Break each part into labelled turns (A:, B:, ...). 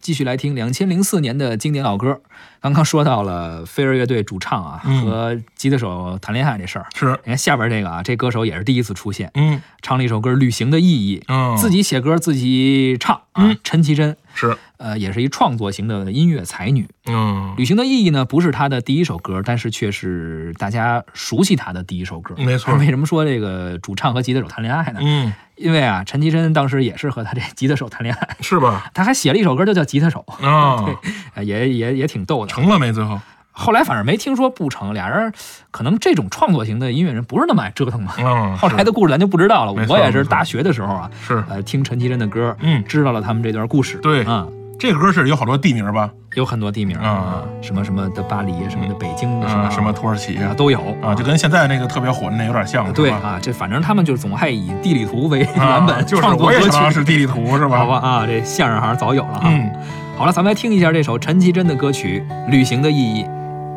A: 继续来听两千零四年的经典老歌。刚刚说到了飞儿乐队主唱啊、
B: 嗯
A: 和吉他手谈恋爱这事儿，
B: 是，
A: 你看下边这个啊，这歌手也是第一次出现，
B: 嗯
A: 唱了一首歌《旅行的意义》，
B: 嗯，
A: 自己写歌自己唱啊。
B: 嗯
A: 陈绮贞，
B: 是，
A: 呃，也是一创作型的音乐才女。
B: 嗯，
A: 旅行的意义呢，不是他的第一首歌，但是却是大家熟悉他的第一首歌。
B: 没错
A: 为什么说这个主唱和吉他手谈恋爱呢？
B: 嗯，
A: 因为啊，陈绮贞当时也是和他这吉他手谈恋爱，
B: 是吧？
A: 他还写了一首歌，就叫《吉他手》，
B: 啊，
A: 呃也也也挺逗的。
B: 成了没？最后，
A: 后来反正没听说不成，俩人可能这种创作型的音乐人不是那么爱折腾嘛。
B: 嗯，
A: 后来的故事咱就不知道了。
B: 没错
A: 我也是
B: 没错
A: 大学的时候啊，
B: 是是，
A: 呃，听陈绮贞的歌，
B: 嗯，
A: 知道了他们这段故事。
B: 对
A: 啊、
B: 这个歌是有好多地名吧？
A: 有很多地名
B: 啊，
A: 什么什么的巴黎，什么的北京，什
B: 啊，
A: 么
B: 什么土耳其
A: 啊都有
B: 啊，就跟现在那个特别火的那有点像，
A: 对
B: 是吧？
A: 啊，这反正他们就是总爱以地理图为
B: 啊
A: 蓝本
B: 就是
A: 创作
B: 我也
A: 歌
B: 想要是
A: 曲，
B: 地理图是吧？
A: 好吧，啊，这相声行早有了哈。
B: 嗯，
A: 好了，咱们来听一下这首陈绮贞的歌曲《旅行的意义》。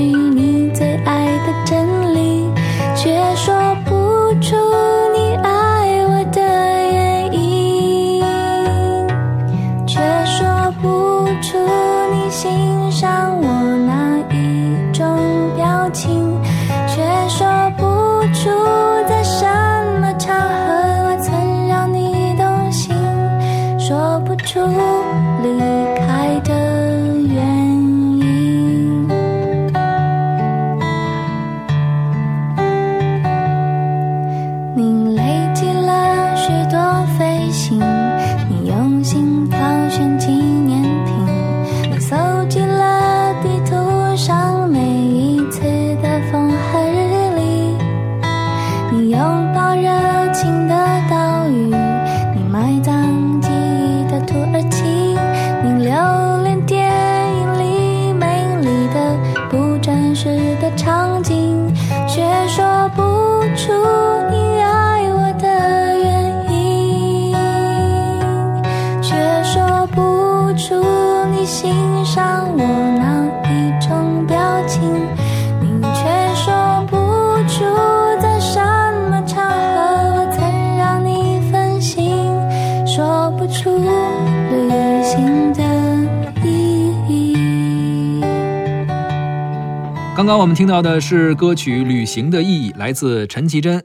C: 你最爱的真理，却说不出你爱我的原因，却说不出你欣赏我哪一种表情。却说不出在什么场合我曾让你动心，说不出离开的原因。你累积了许多飞行，你用心挑选纪念品，你搜集了地图上每一次的风和日丽，你拥抱热情的岛屿，你埋葬记忆的土耳其，你留恋电影里美丽的不真实的场景，却说不出你爱我的原因，却说不出你欣赏我哪一种表情。你却说不出在什么场合我曾让你分心，说不出旅行的意义。
A: 刚刚我们听到的是歌曲《旅行的意义》，来自陈绮贞。